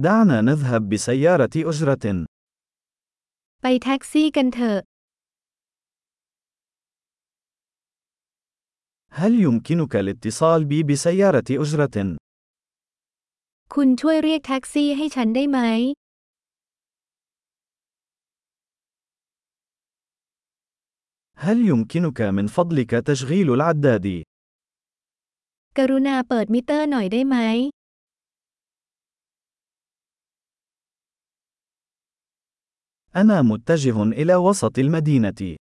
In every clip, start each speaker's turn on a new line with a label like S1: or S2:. S1: دعنا نذهب بسيارة أجرة.
S2: ไปแท็กซี่กันเถอะ
S1: هل يمكنك الاتصال بي بسيارة أجرة؟
S2: คุณช่วยเรียกแท็กซี่ให้ฉันได้ไหม
S1: هل يمكنك من فضلك تشغيل العداد؟
S2: กรุณาเปิดมิเตอร์หน่อยได้ไหม
S1: أنا متجه إلى وسط المدينة.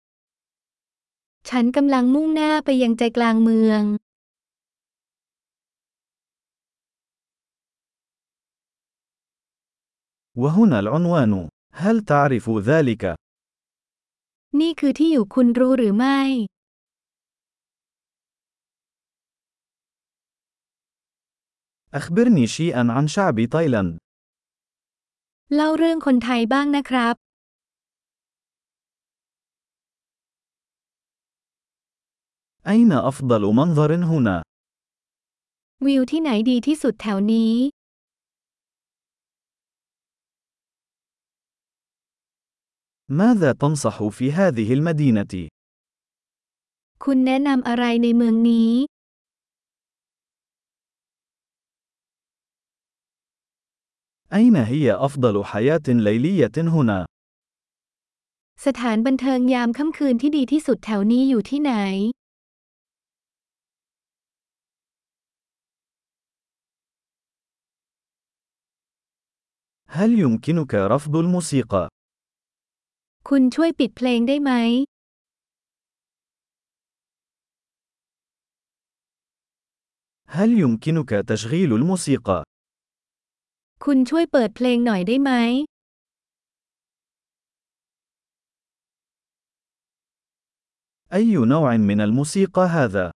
S2: ฉันกำลังมุ่งหน้าไปยังใจกลางเมือง
S1: وهنا العنوان. هل تعرف ذلك؟
S2: นี่คือที่อยู่คุณรู้หรือไม่
S1: أخبرني شيئا عن شعب تايلاند.
S2: เล่าเรื่องคนไทยบ้างนะครับ
S1: أين أفضل منظر هنا؟
S2: วิวที่ไหนดีที่สุดแถวนี้
S1: ماذا تنصح في هذه المدينة؟
S2: คุณแนะนำอะไรในเมืองนี้
S1: أين هي أفضل حياة ليلية هنا؟
S2: สถานบันเทิงยามค่ำคืนที่ดีที่สุดแถวนี้อยู่ที่ไหน
S1: هل يمكنك رفض الموسيقى؟
S2: คุณช่วยปิดเพลงได้ไหม
S1: هل يمكنك تشغيل الموسيقى؟
S2: คุณช่วยเปิดเพลงหน่อยได้ไหม
S1: أي نوع من الموسيقى هذا؟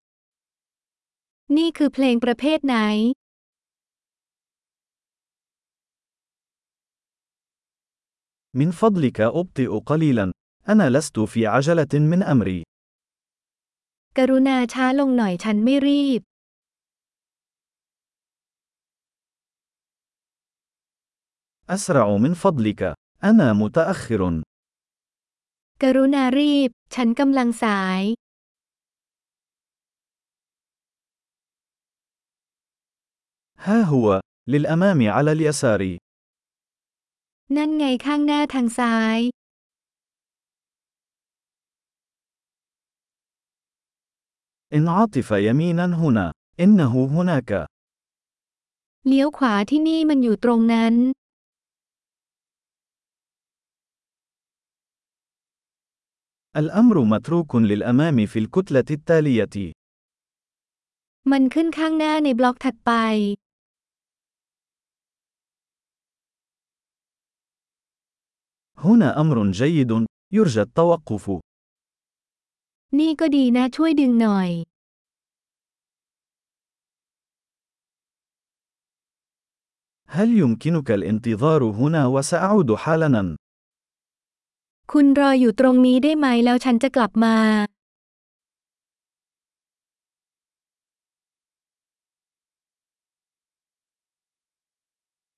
S2: นี่คือเพลงประเภทไหน
S1: من فضلك أبطئ قليلا. أنا لست في عجلة من أمري.
S2: กรุณาช้าลงหน่อยฉันไม่รีบ
S1: أسرع من فضلك. أنا متأخر.
S2: กรุณารีบ ฉันกำลังสาย
S1: ها هو، للأمام على اليسار.
S2: นั่นไงข้างหน้าทางซ้าย
S1: انعطف يمينا هنا. إنه هناك.
S2: เลี้ยวขวาที่นี่มันอยู่ตรงนั้น
S1: الأمر متروك للأمام في الكتلة التالية.
S2: มันขึ้นข้างหน้าในบล็อกถัดไป
S1: هنا أمر جيد. يرجى التوقف.
S2: นี่ก็ดีนะช่วยดึงหน่อย
S1: هل يمكنك الانتظار هنا وسأعود حالاً؟
S2: คุณรออยู่ตรงนี้ได้ไหมแล้วฉันจะกลับมา